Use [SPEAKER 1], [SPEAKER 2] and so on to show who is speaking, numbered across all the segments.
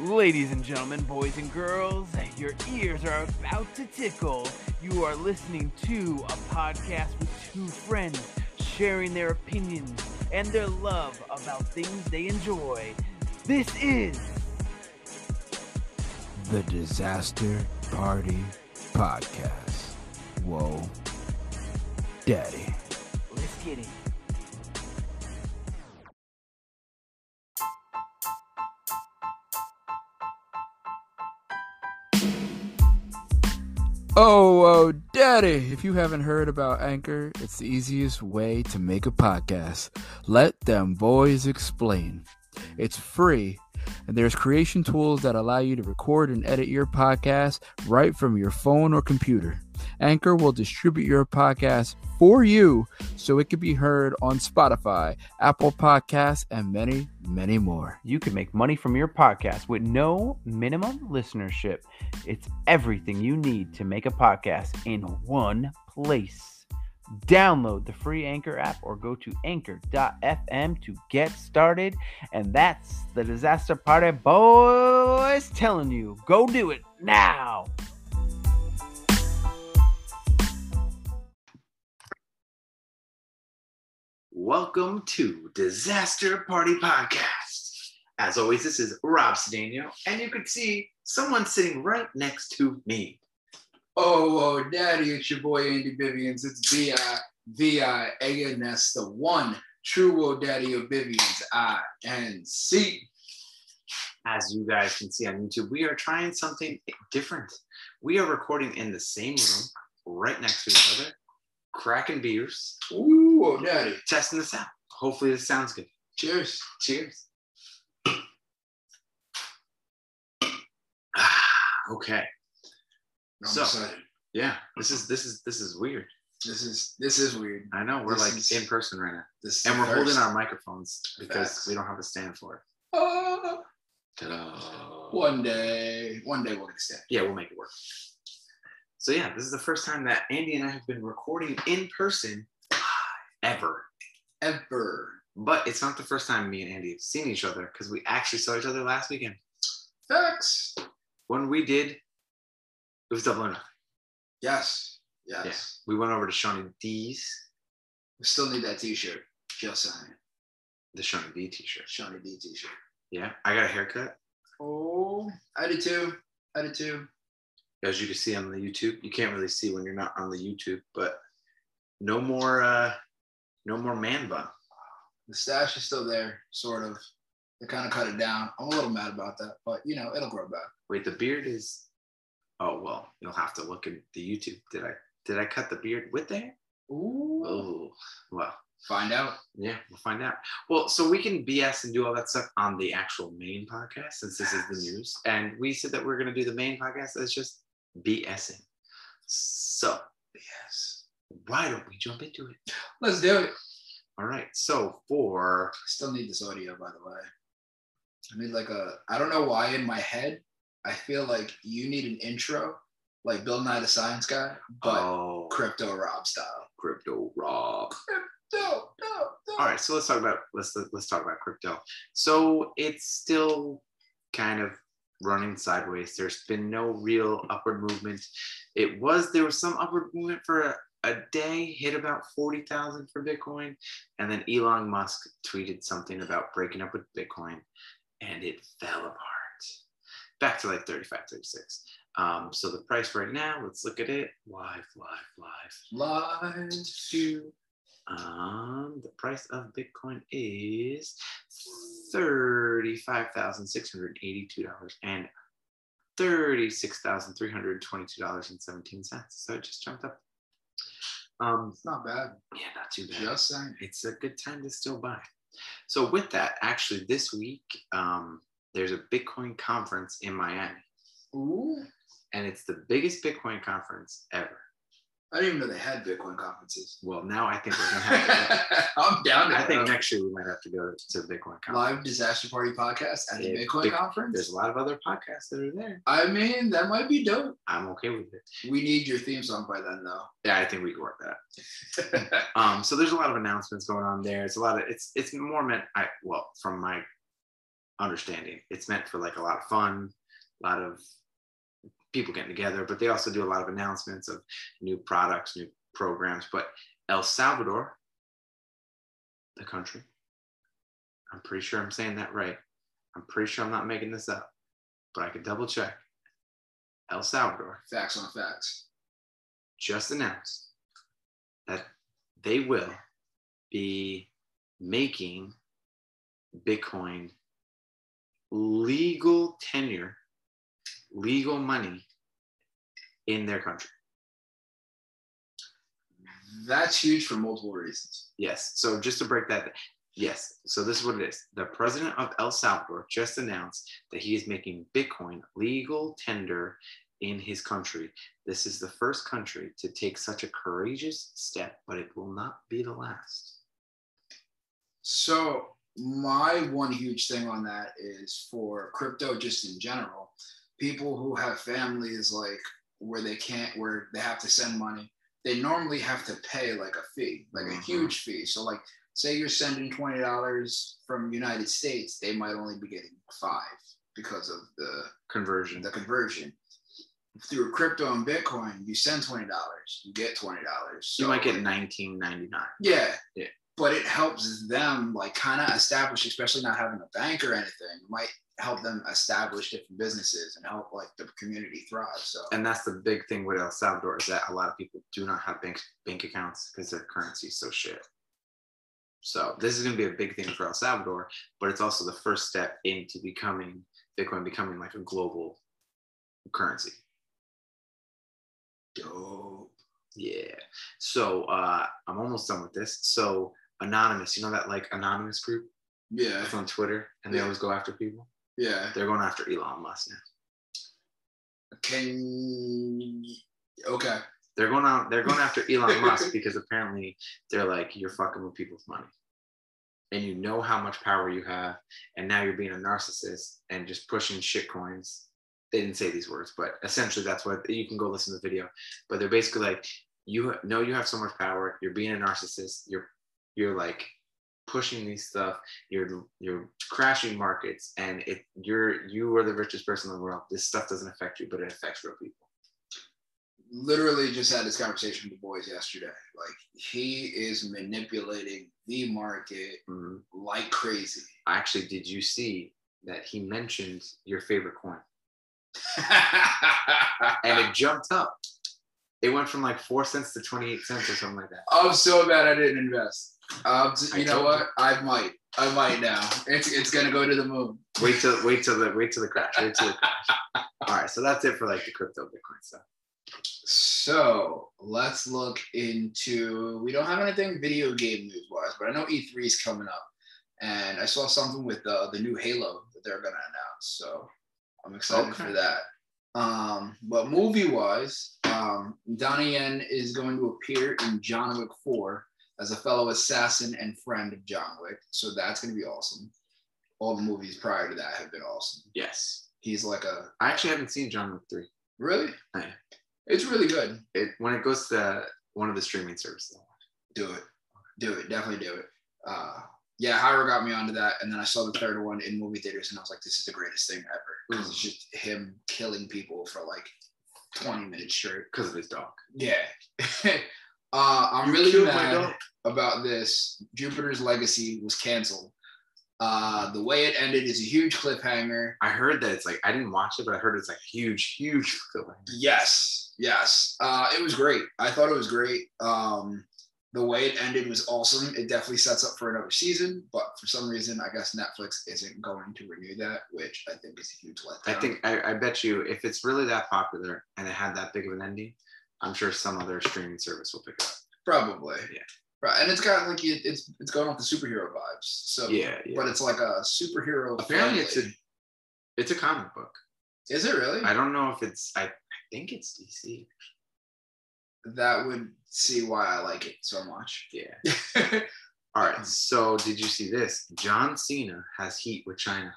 [SPEAKER 1] Ladies and gentlemen, boys and girls, your ears are about to tickle. You are listening to a podcast with two friends sharing their opinions and their love about things they enjoy. This is
[SPEAKER 2] The Disaster Party Podcast. Whoa. Daddy.
[SPEAKER 1] Let's Get It.
[SPEAKER 2] Oh, oh, daddy. If you haven't heard about Anchor, it's the easiest way to make a podcast. Let them boys explain. It's free, and there's creation tools that allow you to record and edit your podcast right from your phone or computer. Anchor will distribute your podcast for you so it can be heard on Spotify, Apple Podcasts, and many, many more.
[SPEAKER 1] You can make money from your podcast with no minimum listenership. It's everything you need to make a podcast in one place. Download the free Anchor app or go to anchor.fm to get started. And that's the Disaster Party Boys telling you go do it now.
[SPEAKER 3] Welcome to Disaster Party Podcast. As always, this is Rob Sedano, and you can see someone sitting right next to me.
[SPEAKER 2] Oh, oh, daddy, it's your boy Andy Bivians. It's V I V I A N S, the one true old daddy of Bivians, I N C.
[SPEAKER 3] As you guys can see on YouTube, we are trying something different. We are recording in the same room, right next to each other, cracking beers,
[SPEAKER 2] Ooh, oh, daddy.
[SPEAKER 3] testing this out. Hopefully, this sounds good.
[SPEAKER 2] Cheers.
[SPEAKER 3] Cheers. Ah, okay.
[SPEAKER 2] I'm
[SPEAKER 3] So-
[SPEAKER 2] excited.
[SPEAKER 3] Yeah, this is this is this is weird.
[SPEAKER 2] This is this is weird.
[SPEAKER 3] I know we're
[SPEAKER 2] This
[SPEAKER 3] like
[SPEAKER 2] is-
[SPEAKER 3] in person right now.
[SPEAKER 2] This is
[SPEAKER 3] And
[SPEAKER 2] the
[SPEAKER 3] we're holding
[SPEAKER 2] first.
[SPEAKER 3] our microphones because
[SPEAKER 2] Facts.
[SPEAKER 3] we don't have a stand for it.
[SPEAKER 2] Ah,
[SPEAKER 3] Ta-da.
[SPEAKER 2] one day, one day we'll get a stand.
[SPEAKER 3] Yeah, we'll make it work. So yeah, this is the first time that Andy and I have been recording in person ever.
[SPEAKER 2] Ever.
[SPEAKER 3] But it's not the first time me and Andy have seen each other because we actually saw each other last weekend.
[SPEAKER 2] Facts.
[SPEAKER 3] When we did, it was double or nothing.
[SPEAKER 2] Yes. Yes.
[SPEAKER 3] We went over to Shawnee D's,
[SPEAKER 2] We still need that T-shirt. Just saying.
[SPEAKER 3] the Shawnee D t-shirt.
[SPEAKER 2] Shawnee D T-shirt.
[SPEAKER 3] Yeah, I got a haircut.
[SPEAKER 2] Oh, I did too. I did too.
[SPEAKER 3] As you can see on the YouTube, you can't really see when you're not on the YouTube, but no more uh no more man bun.
[SPEAKER 2] The stash is still there, sort of. They kind of cut it down. I'm a little mad about that, but you know, it'll grow back.
[SPEAKER 3] Wait, the beard is. Oh well, you'll have to look in the YouTube. Did I did I cut the beard with there?
[SPEAKER 2] Ooh.
[SPEAKER 3] Oh well,
[SPEAKER 2] Find out.
[SPEAKER 3] yeah, we'll find out. Well, so we can BS and do all that stuff on the actual main podcast since this is the news, and we said that we're gonna do the main podcast as just BSing. So
[SPEAKER 2] Yes.
[SPEAKER 3] why don't we jump into it?
[SPEAKER 2] Let's do it.
[SPEAKER 3] All right. So for
[SPEAKER 2] Still need this audio, by the way. I need like a. I don't know why in my head, I feel like you need an intro, like Bill Nye the Science Guy, but
[SPEAKER 3] oh,
[SPEAKER 2] crypto Rob style.
[SPEAKER 3] crypto rob.
[SPEAKER 2] No, no, no.
[SPEAKER 3] all right so let's talk about let's let's talk about crypto so it's still kind of running sideways there's been no real upward movement it was there was some upward movement for a, a day hit about 40,000 for bitcoin and then Elon Musk tweeted something about breaking up with bitcoin and it fell apart back to like 35 36 um, so the price right now let's look at it live live live
[SPEAKER 2] Live to
[SPEAKER 3] um, the price of Bitcoin is thirty-five thousand six hundred eighty-two dollars and thirty-six thousand three hundred twenty-two dollars and seventeen cents. So it just jumped up. Um,
[SPEAKER 2] It's not bad.
[SPEAKER 3] yeah, not too bad
[SPEAKER 2] Just saying.
[SPEAKER 3] it's a good time to still buy. So with that, actually, this week um, there's a Bitcoin conference in Miami,
[SPEAKER 2] Ooh.
[SPEAKER 3] and it's the biggest Bitcoin conference ever.
[SPEAKER 4] I didn't even know they had Bitcoin conferences.
[SPEAKER 3] Well, now I think we're gonna have. To,
[SPEAKER 4] I'm down. To
[SPEAKER 3] I think
[SPEAKER 4] it.
[SPEAKER 3] next year we might have to go to Bitcoin conference.
[SPEAKER 4] live disaster party podcast at the
[SPEAKER 3] Yeah,
[SPEAKER 4] Bitcoin
[SPEAKER 3] big- There's
[SPEAKER 4] conference.
[SPEAKER 3] a lot of other podcasts that are there.
[SPEAKER 4] I mean, that might be dope.
[SPEAKER 3] I'm okay with it.
[SPEAKER 4] We need your theme song by then, though.
[SPEAKER 3] Yeah, I think we can work that. Um, so there's a lot of announcements going on there. It's a lot of it's it's more meant I well from my understanding, it's meant for like a lot of fun, a lot of people getting together, but they also do a lot of announcements of new products, new programs. But El Salvador, the country, I'm pretty sure I'm saying that right. I'm pretty sure I'm not making this up, but I could double check. El Salvador
[SPEAKER 4] facts on facts.
[SPEAKER 3] just announced that they will be making Bitcoin legal tenure, legal money in their country.
[SPEAKER 4] That's huge for multiple reasons.
[SPEAKER 3] Yes. So just to break that, yes. So this is what it is. The president of El Salvador just announced that he is making Bitcoin legal tender in his country. This is the first country to take such a courageous step, but it will not be the last.
[SPEAKER 4] So my one huge thing on that is for crypto just in general, people who have families like where they can't where they have to send money, they normally have to pay like a fee, like a
[SPEAKER 3] Mhm.
[SPEAKER 4] huge fee. So like say you're sending twenty dollars from United States, they might only be getting five because of the
[SPEAKER 3] Conversion.
[SPEAKER 4] the conversion. Through crypto and Bitcoin, you send twenty dollars, you get twenty dollars.
[SPEAKER 3] You might get 1999.
[SPEAKER 4] Yeah.
[SPEAKER 3] Yeah.
[SPEAKER 4] But it helps them like kind of establish, especially not having a bank or anything, it might help them establish different businesses and help like the community thrive. So
[SPEAKER 3] And that's the big thing with El Salvador is that a lot of people do not have bank bank accounts because their currency is so shit. So this is gonna be a big thing for El Salvador, but it's also the first step into becoming Bitcoin becoming like a global currency.
[SPEAKER 4] dope.
[SPEAKER 3] Yeah. So uh, I'm almost done with this. So anonymous, you know that like anonymous group
[SPEAKER 4] Yeah.
[SPEAKER 3] that's on Twitter and they
[SPEAKER 4] Yeah.
[SPEAKER 3] always go after people.
[SPEAKER 4] Yeah.
[SPEAKER 3] They're going after Elon Musk now.
[SPEAKER 4] Can okay.
[SPEAKER 3] They're going out. They're going after Elon Musk because apparently they're like, you're fucking with people's money, and you know how much power you have, and now you're being a narcissist and just pushing shit coins. They didn't say these words, but essentially that's what you can go listen to the video. But they're basically like, you know you have so much power. You're being a narcissist. You're you're like pushing these stuff. You're you're crashing markets, and it you're you are the richest person in the world. This stuff doesn't affect you, but it affects real people.
[SPEAKER 4] Literally just had this conversation with the boys yesterday. Like he is manipulating the market
[SPEAKER 3] Mhm.
[SPEAKER 4] like crazy.
[SPEAKER 3] actually did you see that he mentioned your favorite coin and it jumped up it went from like four cents to 28 cents or something like that
[SPEAKER 4] I'm so mad I didn't invest. Um,
[SPEAKER 3] I
[SPEAKER 4] you know
[SPEAKER 3] told
[SPEAKER 4] what? I might. I might now. It's it's gonna go to the moon.
[SPEAKER 3] wait till wait till the wait till the crash wait till the crash all right so that's it for like the crypto bitcoin stuff
[SPEAKER 4] So let's look into. We don't have anything video game news wise, but I know E3 is coming up, and I saw something with uh, the the new Halo that they're gonna announce. So I'm excited
[SPEAKER 3] Okay.
[SPEAKER 4] for that. Um, but movie wise, um, Donnie Yen is going to appear in John Wick 4 as a fellow assassin and friend of John Wick. So that's gonna be awesome. All the movies prior to that have been awesome.
[SPEAKER 3] yes
[SPEAKER 4] He's like a
[SPEAKER 3] i actually haven't seen john wick 3
[SPEAKER 4] really.
[SPEAKER 3] Yeah.
[SPEAKER 4] It's really good.
[SPEAKER 3] it when it goes to one of the streaming services
[SPEAKER 4] do it do it definitely do it uh yeah Hyra got me onto that and then i saw the third one in movie theaters and i was like this is the greatest thing ever 'Cause it's just him killing people for like 20 minutes straight
[SPEAKER 3] because of his dog
[SPEAKER 4] yeah uh i'm
[SPEAKER 3] You
[SPEAKER 4] really
[SPEAKER 3] killed my
[SPEAKER 4] mad
[SPEAKER 3] dog.
[SPEAKER 4] about this jupiter's legacy was canceled uh the way it ended is a huge cliffhanger
[SPEAKER 3] i heard that it's like i didn't watch it but i heard it's like huge huge feeling
[SPEAKER 4] Yes, yes. Uh, it was great. I thought it was great. Um, the way it ended was awesome. It definitely sets up for another season, but for some reason, I guess Netflix isn't going to renew that, which I think is a huge
[SPEAKER 3] I
[SPEAKER 4] letdown.
[SPEAKER 3] think I, I bet you if it's really that popular and it had that big of an ending, I'm sure some other streaming service will pick it up.
[SPEAKER 4] probably.
[SPEAKER 3] Yeah.
[SPEAKER 4] Right, and it's got like it- it's it's going off the superhero vibes. So,
[SPEAKER 3] Yeah, yeah.
[SPEAKER 4] but it's like a superhero.
[SPEAKER 3] Apparently,
[SPEAKER 4] friendly.
[SPEAKER 3] it's a it's a comic book.
[SPEAKER 4] Is it really?
[SPEAKER 3] I don't know if it's I, I think it's DC.
[SPEAKER 4] that would see why I like it so much.
[SPEAKER 3] Yeah. All right. So did you see this? John Cena has heat with China.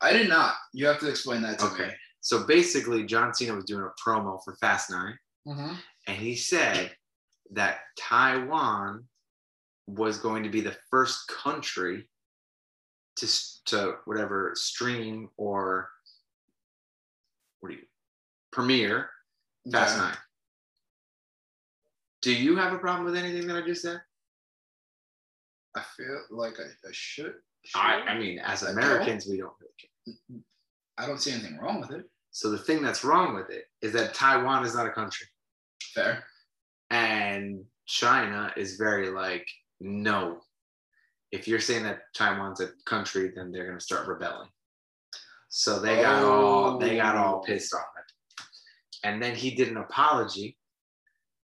[SPEAKER 4] I did not. You have to explain that to
[SPEAKER 3] Okay. So basically, John Cena was doing a promo for Fast Nine,
[SPEAKER 4] me. hmm
[SPEAKER 3] and he said that Taiwan was going to be the first country to s- to whatever stream or what do you premiere Fast Nine. Do you have a problem with anything that I just said?
[SPEAKER 4] I feel like I, I should.
[SPEAKER 3] I, I mean, as
[SPEAKER 4] I don't.
[SPEAKER 3] Americans, we don't really care.
[SPEAKER 4] I don't see anything wrong with it.
[SPEAKER 3] So the thing that's wrong with it is that Taiwan is not a country.
[SPEAKER 4] Fair.
[SPEAKER 3] And China is very like, no. If you're saying that Taiwan's a country, then they're gonna start rebelling. So they got all they got all
[SPEAKER 4] Oh.
[SPEAKER 3] pissed off at him. And then he did an apology.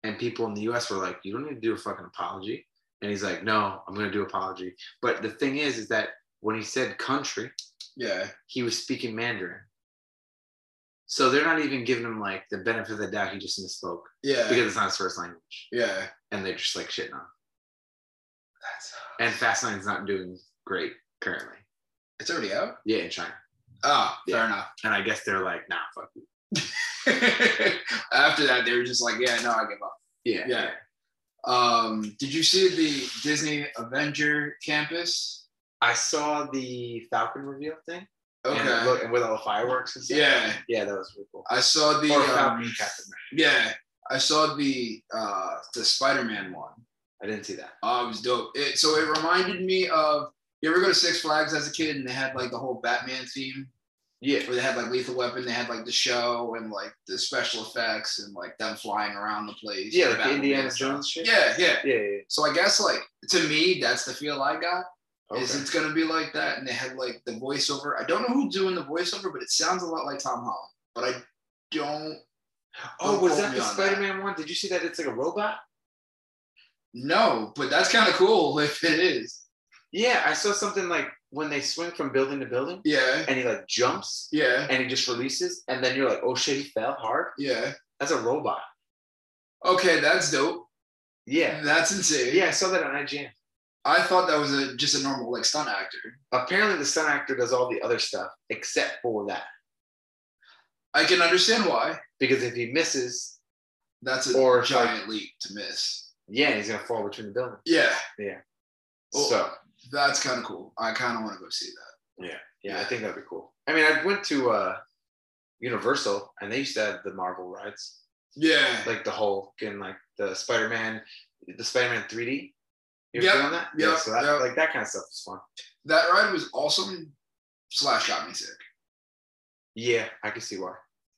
[SPEAKER 3] And people in the US were like, you don't need to do a fucking apology. And he's like, no, I'm gonna do apology. But the thing is, is that when he said country,
[SPEAKER 4] Yeah.
[SPEAKER 3] he was speaking Mandarin. So they're not even giving him like the benefit of the doubt. He just misspoke
[SPEAKER 4] Yeah.
[SPEAKER 3] because it's not his first language,
[SPEAKER 4] yeah.
[SPEAKER 3] and they're just like shitting on. him.
[SPEAKER 4] That's,
[SPEAKER 3] And Fast Nine's not doing great currently.
[SPEAKER 4] it's already out.
[SPEAKER 3] Yeah, in China.
[SPEAKER 4] Ah,
[SPEAKER 3] Yeah.
[SPEAKER 4] fair enough.
[SPEAKER 3] And I guess they're like, nah, fuck you.
[SPEAKER 4] After that, they were just like, yeah, no, I give up.
[SPEAKER 3] Yeah,
[SPEAKER 4] Yeah. Um, did you see the Disney Avenger campus?
[SPEAKER 3] I saw the Falcon reveal thing.
[SPEAKER 4] Okay.
[SPEAKER 3] And, it looked- with all the fireworks and stuff.
[SPEAKER 4] yeah.
[SPEAKER 3] yeah, that was really cool.
[SPEAKER 4] I saw the
[SPEAKER 3] or
[SPEAKER 4] um,
[SPEAKER 3] Falcon and Captain America.
[SPEAKER 4] yeah, I saw the uh the Spider-Man one.
[SPEAKER 3] I didn't see that.
[SPEAKER 4] Oh, it was dope. It, so it reminded me of you ever go to Six Flags as a kid and they had like the whole Batman theme
[SPEAKER 3] Yeah,
[SPEAKER 4] where they had like Lethal Weapon, they had like the show and like the special effects and like them flying around the place.
[SPEAKER 3] yeah, like the
[SPEAKER 4] Batman
[SPEAKER 3] Indiana
[SPEAKER 4] stuff.
[SPEAKER 3] Jones shit.
[SPEAKER 4] Yeah, yeah.
[SPEAKER 3] yeah, yeah.
[SPEAKER 4] So I guess like to me that's the feel I got
[SPEAKER 3] Okay.
[SPEAKER 4] is it's gonna be like that and they had like the voiceover. I don't know who's doing the voiceover, but it sounds a lot like Tom Holland. But I don't
[SPEAKER 3] oh,
[SPEAKER 4] don't
[SPEAKER 3] was
[SPEAKER 4] quote
[SPEAKER 3] that
[SPEAKER 4] me
[SPEAKER 3] the
[SPEAKER 4] on that.
[SPEAKER 3] Spider-Man one? Did you see that? It's like a robot.
[SPEAKER 4] No, but that's kind of cool if it is.
[SPEAKER 3] Yeah, I saw something like when they swing from building to building
[SPEAKER 4] Yeah,
[SPEAKER 3] and he like jumps
[SPEAKER 4] yeah,
[SPEAKER 3] and he just releases and then you're like, oh shit, he fell hard.
[SPEAKER 4] yeah.
[SPEAKER 3] That's a robot.
[SPEAKER 4] Okay, that's dope.
[SPEAKER 3] Yeah.
[SPEAKER 4] That's insane.
[SPEAKER 3] Yeah, I saw that on IGN.
[SPEAKER 4] I thought that was a just a normal like stunt actor.
[SPEAKER 3] Apparently the stunt actor does all the other stuff except for that.
[SPEAKER 4] I can understand why.
[SPEAKER 3] Because if he misses,
[SPEAKER 4] That's a
[SPEAKER 3] Or if,
[SPEAKER 4] giant leap to miss.
[SPEAKER 3] yeah, he's gonna fall between the buildings.
[SPEAKER 4] Yeah, Well-
[SPEAKER 3] so
[SPEAKER 4] that's kind of cool. I kind of want to go see that.
[SPEAKER 3] yeah, I think that'd be cool. I mean, I went to uh Universal and they used to have the Marvel rides.
[SPEAKER 4] Yeah,
[SPEAKER 3] Like the Hulk and like the Spider-Man, the Spider-Man 3D. You ever
[SPEAKER 4] Yep,
[SPEAKER 3] been on that? yeah,
[SPEAKER 4] yep,
[SPEAKER 3] so that,
[SPEAKER 4] yep.
[SPEAKER 3] like that kind of stuff is fun.
[SPEAKER 4] that ride was awesome. Slash got me sick
[SPEAKER 3] Yeah, I can see why.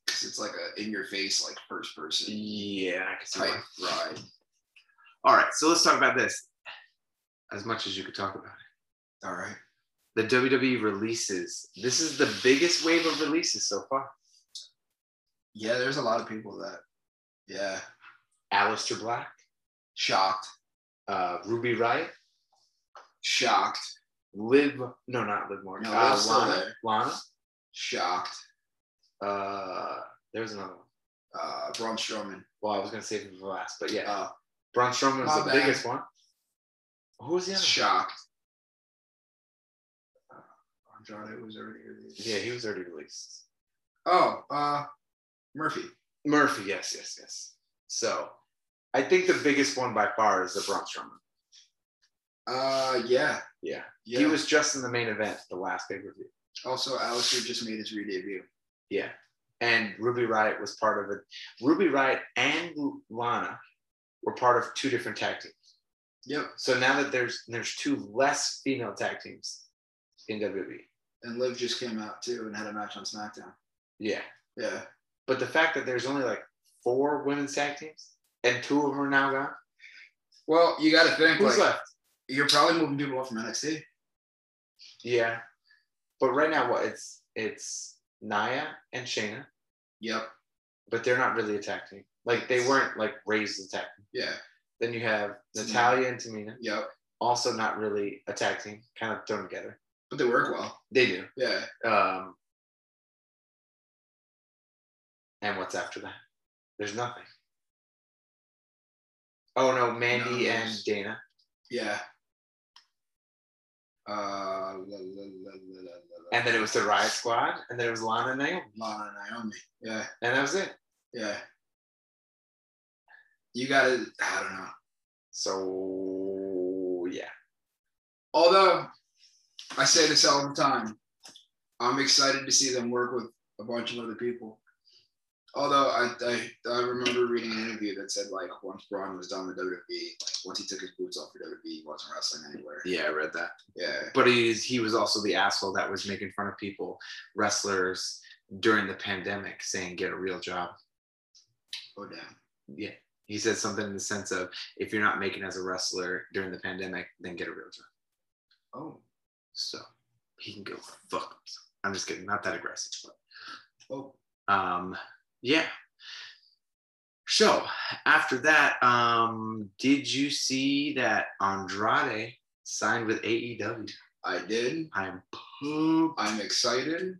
[SPEAKER 4] because it's like a in your face like first person
[SPEAKER 3] Yeah, I can see
[SPEAKER 4] type
[SPEAKER 3] why.
[SPEAKER 4] ride.
[SPEAKER 3] All right, so let's talk about this as much as you could talk about it.
[SPEAKER 4] All right.
[SPEAKER 3] The WWE releases. This is the biggest wave of releases so far.
[SPEAKER 4] Yeah, there's a lot of people that. Yeah,
[SPEAKER 3] Aleister Black,
[SPEAKER 4] shocked,
[SPEAKER 3] uh, Ruby Riot,
[SPEAKER 4] shocked,
[SPEAKER 3] Liv, no, not Liv Morgan.
[SPEAKER 4] No,
[SPEAKER 3] uh,
[SPEAKER 4] Liv's still
[SPEAKER 3] Lana.
[SPEAKER 4] there.
[SPEAKER 3] Lana.
[SPEAKER 4] shocked.
[SPEAKER 3] Uh, there's another one.
[SPEAKER 4] uh, Braun Strowman.
[SPEAKER 3] Well, I was going to save it for last, but yeah.
[SPEAKER 4] Uh,
[SPEAKER 3] Braun Strowman was
[SPEAKER 4] my
[SPEAKER 3] the
[SPEAKER 4] bad.
[SPEAKER 3] biggest one. Who was the other one?
[SPEAKER 4] shocked. Uh, Andrade was already released.
[SPEAKER 3] Yeah, he was already released.
[SPEAKER 4] Oh, uh, Murphy.
[SPEAKER 3] Murphy, yes, yes, yes. So I think the biggest one by far is the Braun Strowman.
[SPEAKER 4] Uh, yeah,
[SPEAKER 3] Yeah.
[SPEAKER 4] yeah.
[SPEAKER 3] He was just in the main event, the last pay per view.
[SPEAKER 4] also Alistair just made his re-debut.
[SPEAKER 3] Yeah. And Ruby Riot was part of it. Ruby Riot and Lana were part of two different tag teams.
[SPEAKER 4] Yep,
[SPEAKER 3] So now that there's there's two less female tag teams in E. WWE.
[SPEAKER 4] and Liv just came out too and had a match on SmackDown.
[SPEAKER 3] Yeah.
[SPEAKER 4] Yeah,
[SPEAKER 3] But the fact that there's only like four women's tag teams and two of them are now gone.
[SPEAKER 4] well, you got to think
[SPEAKER 3] Who's
[SPEAKER 4] like
[SPEAKER 3] left?
[SPEAKER 4] you're probably moving people up from NXT.
[SPEAKER 3] Yeah. But right now what it's it's Naya and Shayna,
[SPEAKER 4] Yep,
[SPEAKER 3] but they're not really a tag team. Like they weren't like raised as a tag team.
[SPEAKER 4] yeah,
[SPEAKER 3] Then you have
[SPEAKER 4] Tamina.
[SPEAKER 3] Natalia and Tamina.
[SPEAKER 4] yep,
[SPEAKER 3] also not really a tag team, kind of thrown together.
[SPEAKER 4] but they work well.
[SPEAKER 3] They do.
[SPEAKER 4] Yeah,
[SPEAKER 3] Um, and what's after that? There's nothing. Oh no, Mandy
[SPEAKER 4] No,
[SPEAKER 3] and
[SPEAKER 4] it's-
[SPEAKER 3] Dana.
[SPEAKER 4] Yeah. Uh, la, la, la, la, la, la,
[SPEAKER 3] And then it was the Riot Squad, and then it was Lana and Naomi,
[SPEAKER 4] Lana and Naomi. Yeah,
[SPEAKER 3] and that was it.
[SPEAKER 4] yeah. You gotta. I don't know.
[SPEAKER 3] So yeah,
[SPEAKER 4] Although I say this all the time, I'm excited to see them work with a bunch of other people. Although I, I, I remember reading an interview that said like once Braun was done with WWE, like once he took his boots off for WWE, he wasn't wrestling anywhere.
[SPEAKER 3] yeah, I read that.
[SPEAKER 4] Yeah,
[SPEAKER 3] But he's he was also the asshole that was making fun of people, wrestlers during the pandemic, saying get a real job.
[SPEAKER 4] oh damn.
[SPEAKER 3] Yeah, he said something in the sense of if you're not making as a wrestler during the pandemic, then get a real job.
[SPEAKER 4] Oh,
[SPEAKER 3] So he can go fuck. himself. I'm just kidding, not that aggressive, but.
[SPEAKER 4] oh,
[SPEAKER 3] um yeah so after that um did you see that andrade signed with E aew
[SPEAKER 4] I did.
[SPEAKER 3] i'm pooped.
[SPEAKER 4] I'm excited.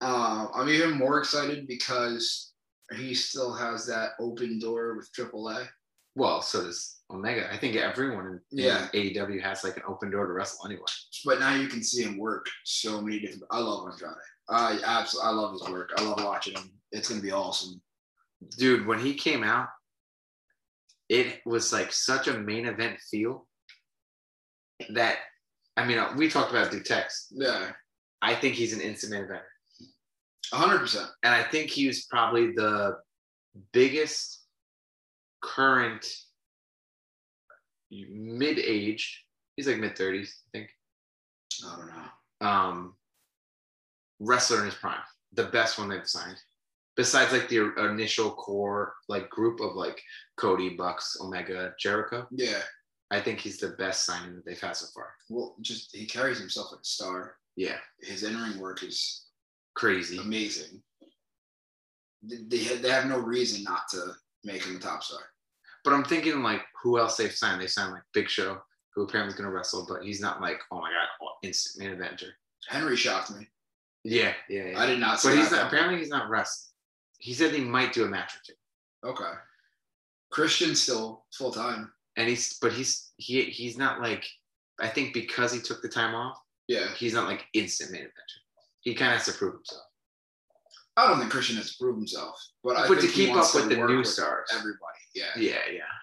[SPEAKER 4] Um, I'm even more excited because he still has that open door with AAA.
[SPEAKER 3] well so does omega i think everyone in
[SPEAKER 4] Yeah.
[SPEAKER 3] aew has like an open door to wrestle anyway
[SPEAKER 4] But now you can see him work so many different. I love Andrade. I absolutely I love his work. I love watching him. It's gonna be awesome.
[SPEAKER 3] dude when he came out it was like such a main event feel that i mean we talked about Dutex.
[SPEAKER 4] Yeah,
[SPEAKER 3] i think he's an instant main event
[SPEAKER 4] hundred percent.
[SPEAKER 3] and I think he was probably the biggest current mid age. He's like mid thirties, I think.
[SPEAKER 4] I don't know.
[SPEAKER 3] Um, wrestler in his prime, the best one they've signed, besides like the initial core like group of like Cody, Bucks, Omega, Jericho.
[SPEAKER 4] Yeah.
[SPEAKER 3] I think he's the best signing that they've had so far.
[SPEAKER 4] Well, just he carries himself like a star.
[SPEAKER 3] Yeah,
[SPEAKER 4] His in-ring work is
[SPEAKER 3] crazy.
[SPEAKER 4] amazing. They- They have, they have no reason not to make him a top star.
[SPEAKER 3] But I'm thinking like who else they've signed? They signed like Big Show, who apparently is gonna wrestle, but he's not like oh my god, instant main eventer.
[SPEAKER 4] Henry shocked me.
[SPEAKER 3] Yeah, yeah. yeah.
[SPEAKER 4] I did not. see
[SPEAKER 3] but he's
[SPEAKER 4] that
[SPEAKER 3] not,
[SPEAKER 4] coming.
[SPEAKER 3] apparently he's not wrestling. He said he might do a match or two,
[SPEAKER 4] Okay. Christian's still full time.
[SPEAKER 3] and he's but he's he he's not like I think because he took the time off,
[SPEAKER 4] Yeah.
[SPEAKER 3] he's not like instant main eventer. He kind of has to prove himself.
[SPEAKER 4] I don't think Christian has to prove himself, but I
[SPEAKER 3] But to
[SPEAKER 4] think he
[SPEAKER 3] keep
[SPEAKER 4] wants
[SPEAKER 3] up
[SPEAKER 4] to
[SPEAKER 3] with the
[SPEAKER 4] work
[SPEAKER 3] new stars.
[SPEAKER 4] everybody. Yeah.
[SPEAKER 3] Yeah, yeah.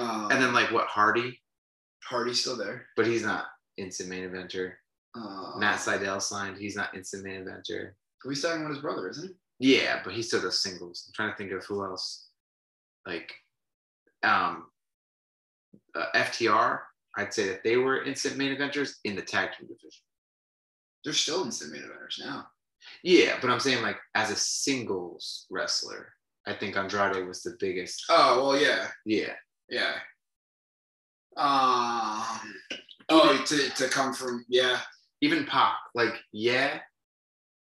[SPEAKER 4] Um,
[SPEAKER 3] And then like what Hardy,
[SPEAKER 4] Hardy's still there.
[SPEAKER 3] but he's not instant main eventer.
[SPEAKER 4] Uh,
[SPEAKER 3] Matt Seidel signed. He's not instant main eventer.
[SPEAKER 4] He's talking with his brother, isn't he?
[SPEAKER 3] Yeah, but he still does singles. I'm trying to think of who else. Like, um, uh, FTR. I'd say that they were instant main eventers in the tag team division.
[SPEAKER 4] They're still instant main eventers now.
[SPEAKER 3] Yeah, but I'm saying like as a singles wrestler, I think Andrade was the biggest.
[SPEAKER 4] Oh well, yeah,
[SPEAKER 3] Yeah,
[SPEAKER 4] yeah. Um. Oh, to, to come from yeah,
[SPEAKER 3] even Pac. Like, yeah,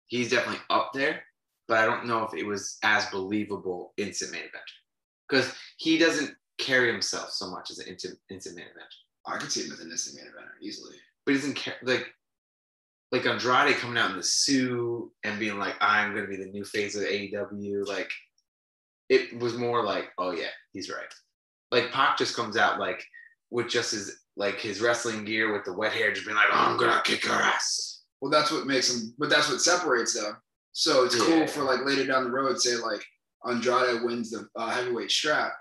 [SPEAKER 3] he's definitely up there, but I don't know if it was as believable instant main event because he doesn't carry himself so much as an instant, instant main event.
[SPEAKER 4] I could see him as an instant main eventer easily.
[SPEAKER 3] But he doesn't care like. Like Andrade coming out in the suit and being like, "I'm gonna be the new face of AEW." Like, it was more like, oh yeah, he's right. Like Pac just comes out like with just his like his wrestling gear with the wet hair, just being like, oh, I'm gonna kick her ass.
[SPEAKER 4] Well, that's what makes them, but that's what separates them. So it's
[SPEAKER 3] Yeah.
[SPEAKER 4] cool for like later down the road, say like Andrade wins the uh, heavyweight strap,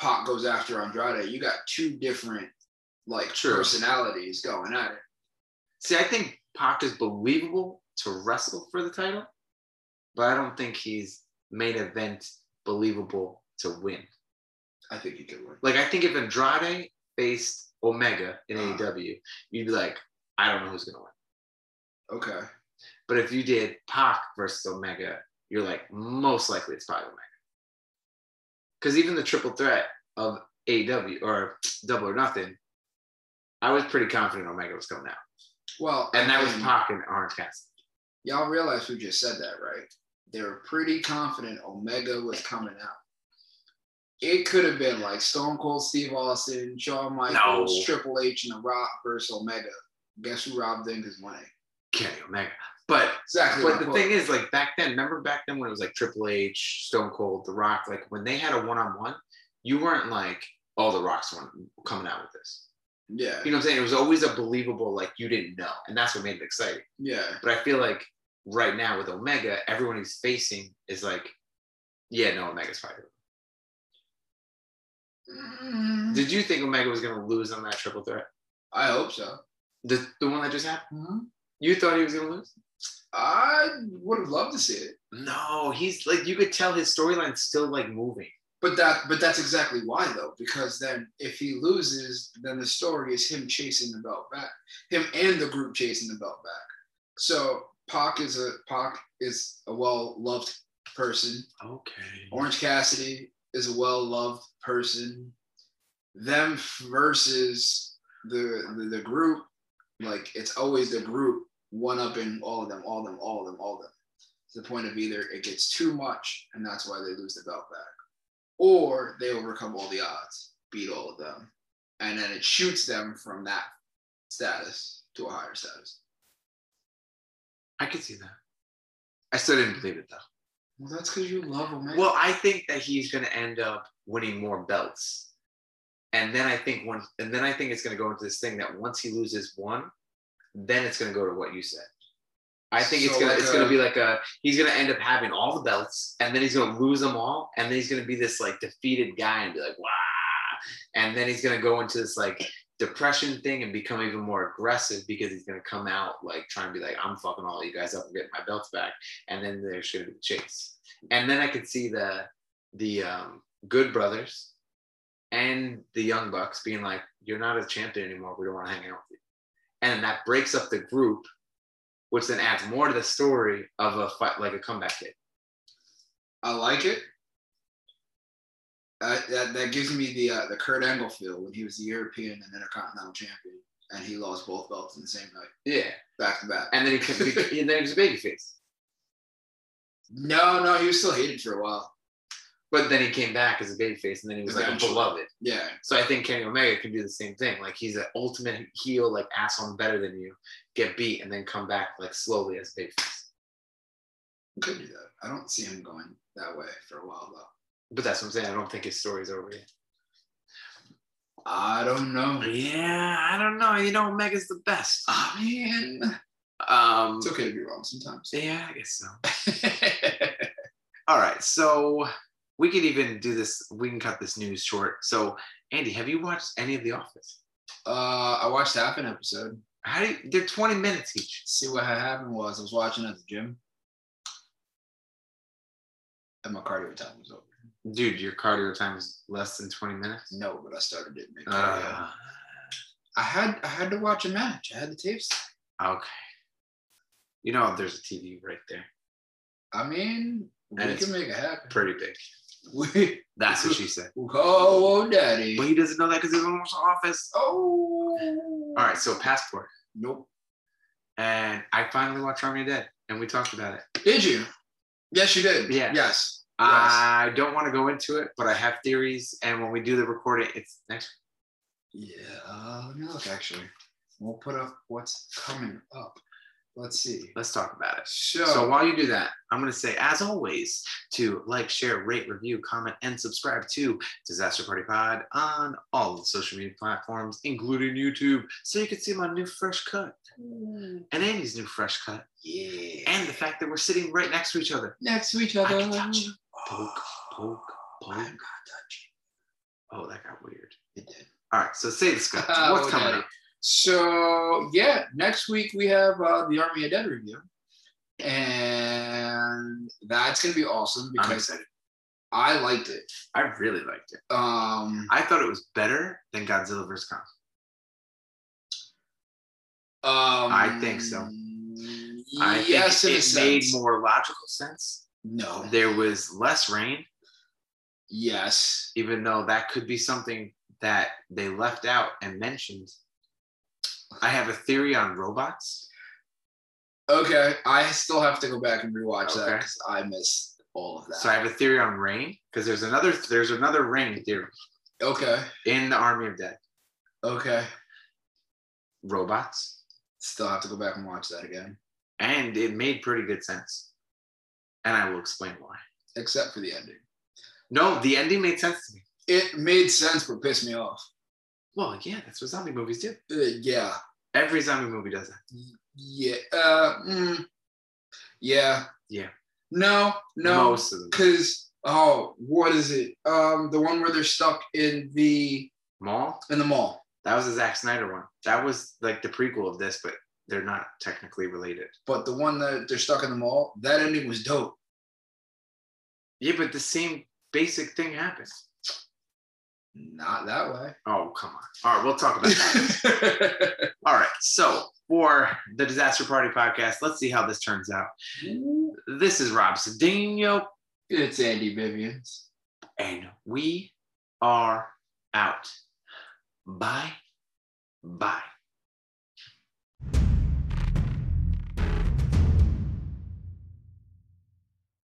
[SPEAKER 4] Pac goes after Andrade. You got two different like
[SPEAKER 3] True.
[SPEAKER 4] personalities going at it.
[SPEAKER 3] See, I think Pac is believable to wrestle for the title, but I don't think he's main event believable to win.
[SPEAKER 4] I think he could win.
[SPEAKER 3] Like I think if Andrade faced Omega in
[SPEAKER 4] Uh-huh.
[SPEAKER 3] AEW, you'd be like, I don't know who's gonna win.
[SPEAKER 4] Okay,
[SPEAKER 3] But if you did Pac versus Omega, you're like most likely it's probably Omega. Because even the triple threat of AEW or Double or Nothing, I was pretty confident Omega was coming out,
[SPEAKER 4] well,
[SPEAKER 3] and that was
[SPEAKER 4] mean,
[SPEAKER 3] Pac and Orange Cassidy.
[SPEAKER 4] Y'all realize who just said that, right? They were pretty confident Omega was coming out. It could have been like Stone Cold Steve Austin, Shawn Michaels,
[SPEAKER 3] No.
[SPEAKER 4] Triple H, and The Rock versus Omega. Guess who Rob Dink is winning?
[SPEAKER 3] Kenny Omega, but
[SPEAKER 4] Exactly.
[SPEAKER 3] but the thing is, like back then, remember back then when it was like Triple H, Stone Cold, The Rock, like when they had a one on one, you weren't like, all the rocks one coming out with this.
[SPEAKER 4] Yeah.
[SPEAKER 3] You know what I'm saying? It was always a believable, like you didn't know. And that's what made it exciting.
[SPEAKER 4] Yeah.
[SPEAKER 3] But I feel like right now with Omega, everyone he's facing is like, yeah, no, Omega's probably.
[SPEAKER 4] Mm,
[SPEAKER 3] Did you think Omega was gonna lose on that triple threat?
[SPEAKER 4] I hope so.
[SPEAKER 3] The the one that just happened? You thought he was gonna lose?
[SPEAKER 4] I would have loved to see it,
[SPEAKER 3] No, he's like you could tell his storyline's still like moving.
[SPEAKER 4] but that but that's exactly why though, because then if he loses, then the story is him chasing the belt back, him and the group chasing the belt back. So Pac is a Pac is a well loved person.
[SPEAKER 3] Okay.
[SPEAKER 4] Orange Cassidy is a well loved person. Them versus the, the the group, like it's always the group one upping all of them, all of them, all of them, all of them. To the point of either it gets too much and that's why they lose the belt back, or they overcome all the odds, beat all of them, and then it shoots them from that status to a higher status.
[SPEAKER 3] I could see that. I still didn't believe it though.
[SPEAKER 4] Well, that's because you love them.
[SPEAKER 3] Well, I think that he's going to end up winning more belts, and then I think one, and then I think it's going to go into this thing that once he loses one, then it's going to go to what you said. I think it's
[SPEAKER 4] So
[SPEAKER 3] gonna
[SPEAKER 4] like uh,
[SPEAKER 3] it's
[SPEAKER 4] a-
[SPEAKER 3] gonna be like a he's gonna end up having all the belts and then he's gonna lose them all and then he's gonna be this like defeated guy and be like wow and then he's gonna go into this like depression thing and become even more aggressive because he's gonna come out like trying to be like I'm fucking all you guys up and getting my belts back and then there's gonna be the chase and then I could see the the um, Good Brothers and the Young Bucks being like, "You're not a champion anymore. We don't want to hang out with you," and that breaks up the group, which then adds more to the story of a fight, like a comeback kid.
[SPEAKER 4] I like it. Uh, that, that gives me the uh, the Kurt Angle feel when he was the European and Intercontinental Champion, and he lost both belts in the same night,
[SPEAKER 3] Yeah,
[SPEAKER 4] back to back.
[SPEAKER 3] and then he could be, and then he was a babyface,
[SPEAKER 4] No, no, he was still hated for a while.
[SPEAKER 3] but then he came back as a babyface, and then he was like a
[SPEAKER 4] Eventually.
[SPEAKER 3] beloved.
[SPEAKER 4] Yeah,
[SPEAKER 3] So I think Kenny Omega can do the same thing. Like he's an ultimate heel, like ass on better than you, get beat, and then come back like slowly as a babyface.
[SPEAKER 4] he could do that. I don't see him going that way for a while though.
[SPEAKER 3] But that's what I'm saying. I don't think his story's over yet.
[SPEAKER 4] I don't know.
[SPEAKER 3] Yeah, I don't know. You know, Omega's the best.
[SPEAKER 4] Oh man,
[SPEAKER 3] Um,
[SPEAKER 4] it's okay to be wrong sometimes.
[SPEAKER 3] Yeah, I guess so. All right, so we could even do this. We can cut this news short. So, Andy, have you watched any of The Office?
[SPEAKER 4] Uh, I watched half an episode.
[SPEAKER 3] How do you, they're 20 minutes each.
[SPEAKER 4] See what had happened was I was watching at the gym, and my cardio time was over.
[SPEAKER 3] Dude, your cardio time is less than 20 minutes.
[SPEAKER 4] No, but I started it. mid cardio.
[SPEAKER 3] Uh,
[SPEAKER 4] I had I had to watch a match. I had the tapes.
[SPEAKER 3] okay. You know, there's a TV right there,
[SPEAKER 4] I mean, we
[SPEAKER 3] And
[SPEAKER 4] can
[SPEAKER 3] it's-
[SPEAKER 4] make it happen.
[SPEAKER 3] pretty big.
[SPEAKER 4] We,
[SPEAKER 3] That's what she said.
[SPEAKER 4] oh, oh, daddy.
[SPEAKER 3] But he doesn't know that because he's in the office.
[SPEAKER 4] Oh.
[SPEAKER 3] All right, so Passport.
[SPEAKER 4] Nope.
[SPEAKER 3] And I finally watched Army of the Dead, and we talked about it.
[SPEAKER 4] Did you? Yes, you did.
[SPEAKER 3] Yeah.
[SPEAKER 4] Yes.
[SPEAKER 3] I don't want to go into it, but I have theories. And when we do the recording, it's next.
[SPEAKER 4] Yeah. Uh, let me look. Actually, we'll put up what's coming up. Let's see.
[SPEAKER 3] Let's talk about it.
[SPEAKER 4] So,
[SPEAKER 3] So while you do that, I'm going to say, as always, to like, share, rate, review, comment, and subscribe to Disaster Party Pod on all the social media platforms, including YouTube, so you can see my new fresh cut and Andy's new fresh cut,
[SPEAKER 4] yeah.
[SPEAKER 3] and the fact that we're sitting right next to each other.
[SPEAKER 4] next to each
[SPEAKER 3] I
[SPEAKER 4] other.
[SPEAKER 3] can touch you. Poke, poke,
[SPEAKER 4] I'm not
[SPEAKER 3] poke.
[SPEAKER 4] touching.
[SPEAKER 3] Oh, that got weird.
[SPEAKER 4] It did.
[SPEAKER 3] All right, so say this, guys.
[SPEAKER 4] Oh,
[SPEAKER 3] What's coming
[SPEAKER 4] daddy.
[SPEAKER 3] up?
[SPEAKER 4] So yeah, next week we have uh, the Army of Dead review, and that's gonna be awesome
[SPEAKER 3] I'm
[SPEAKER 4] because
[SPEAKER 3] excited.
[SPEAKER 4] I liked it.
[SPEAKER 3] I really liked it.
[SPEAKER 4] Um,
[SPEAKER 3] I thought it was better than Godzilla vs. Kong. I think so.
[SPEAKER 4] um,
[SPEAKER 3] I
[SPEAKER 4] yes,
[SPEAKER 3] think
[SPEAKER 4] in
[SPEAKER 3] it
[SPEAKER 4] a
[SPEAKER 3] made
[SPEAKER 4] sense.
[SPEAKER 3] more logical sense.
[SPEAKER 4] No.
[SPEAKER 3] There was less rain,
[SPEAKER 4] Yes.
[SPEAKER 3] even though that could be something that they left out and mentioned. I have a theory on robots.
[SPEAKER 4] Okay. I still have to go back and rewatch that
[SPEAKER 3] Okay.
[SPEAKER 4] because I missed all of that.
[SPEAKER 3] So I have a theory on rain because there's another there's another rain theory
[SPEAKER 4] Okay.
[SPEAKER 3] in the Army of Dead.
[SPEAKER 4] Okay.
[SPEAKER 3] Robots,
[SPEAKER 4] Still have to go back and watch that again,
[SPEAKER 3] and it made pretty good sense. And I will explain why.
[SPEAKER 4] except for the ending.
[SPEAKER 3] No, the ending made sense to me.
[SPEAKER 4] It made sense, but pissed me off.
[SPEAKER 3] Well, yeah, that's what zombie movies do.
[SPEAKER 4] Uh, yeah,
[SPEAKER 3] Every zombie movie does that.
[SPEAKER 4] yeah, uh, mm, yeah,
[SPEAKER 3] Yeah.
[SPEAKER 4] No, no,
[SPEAKER 3] Most of them.
[SPEAKER 4] because oh, what is it? Um, the one where they're stuck in the
[SPEAKER 3] Mall.
[SPEAKER 4] in the mall.
[SPEAKER 3] That was the Zack Snyder one. That was like the prequel of this, but they're not technically related.
[SPEAKER 4] But the one that they're stuck in the mall, that ending was dope.
[SPEAKER 3] Yeah, but the same basic thing happens.
[SPEAKER 4] Not that way.
[SPEAKER 3] Oh, come on. All right, we'll talk about that. All right, so for the Disaster Party podcast, let's see how this turns out. This is Rob Cedinho,
[SPEAKER 4] it's Andy Vivian's.
[SPEAKER 3] and we are out. Bye. Bye.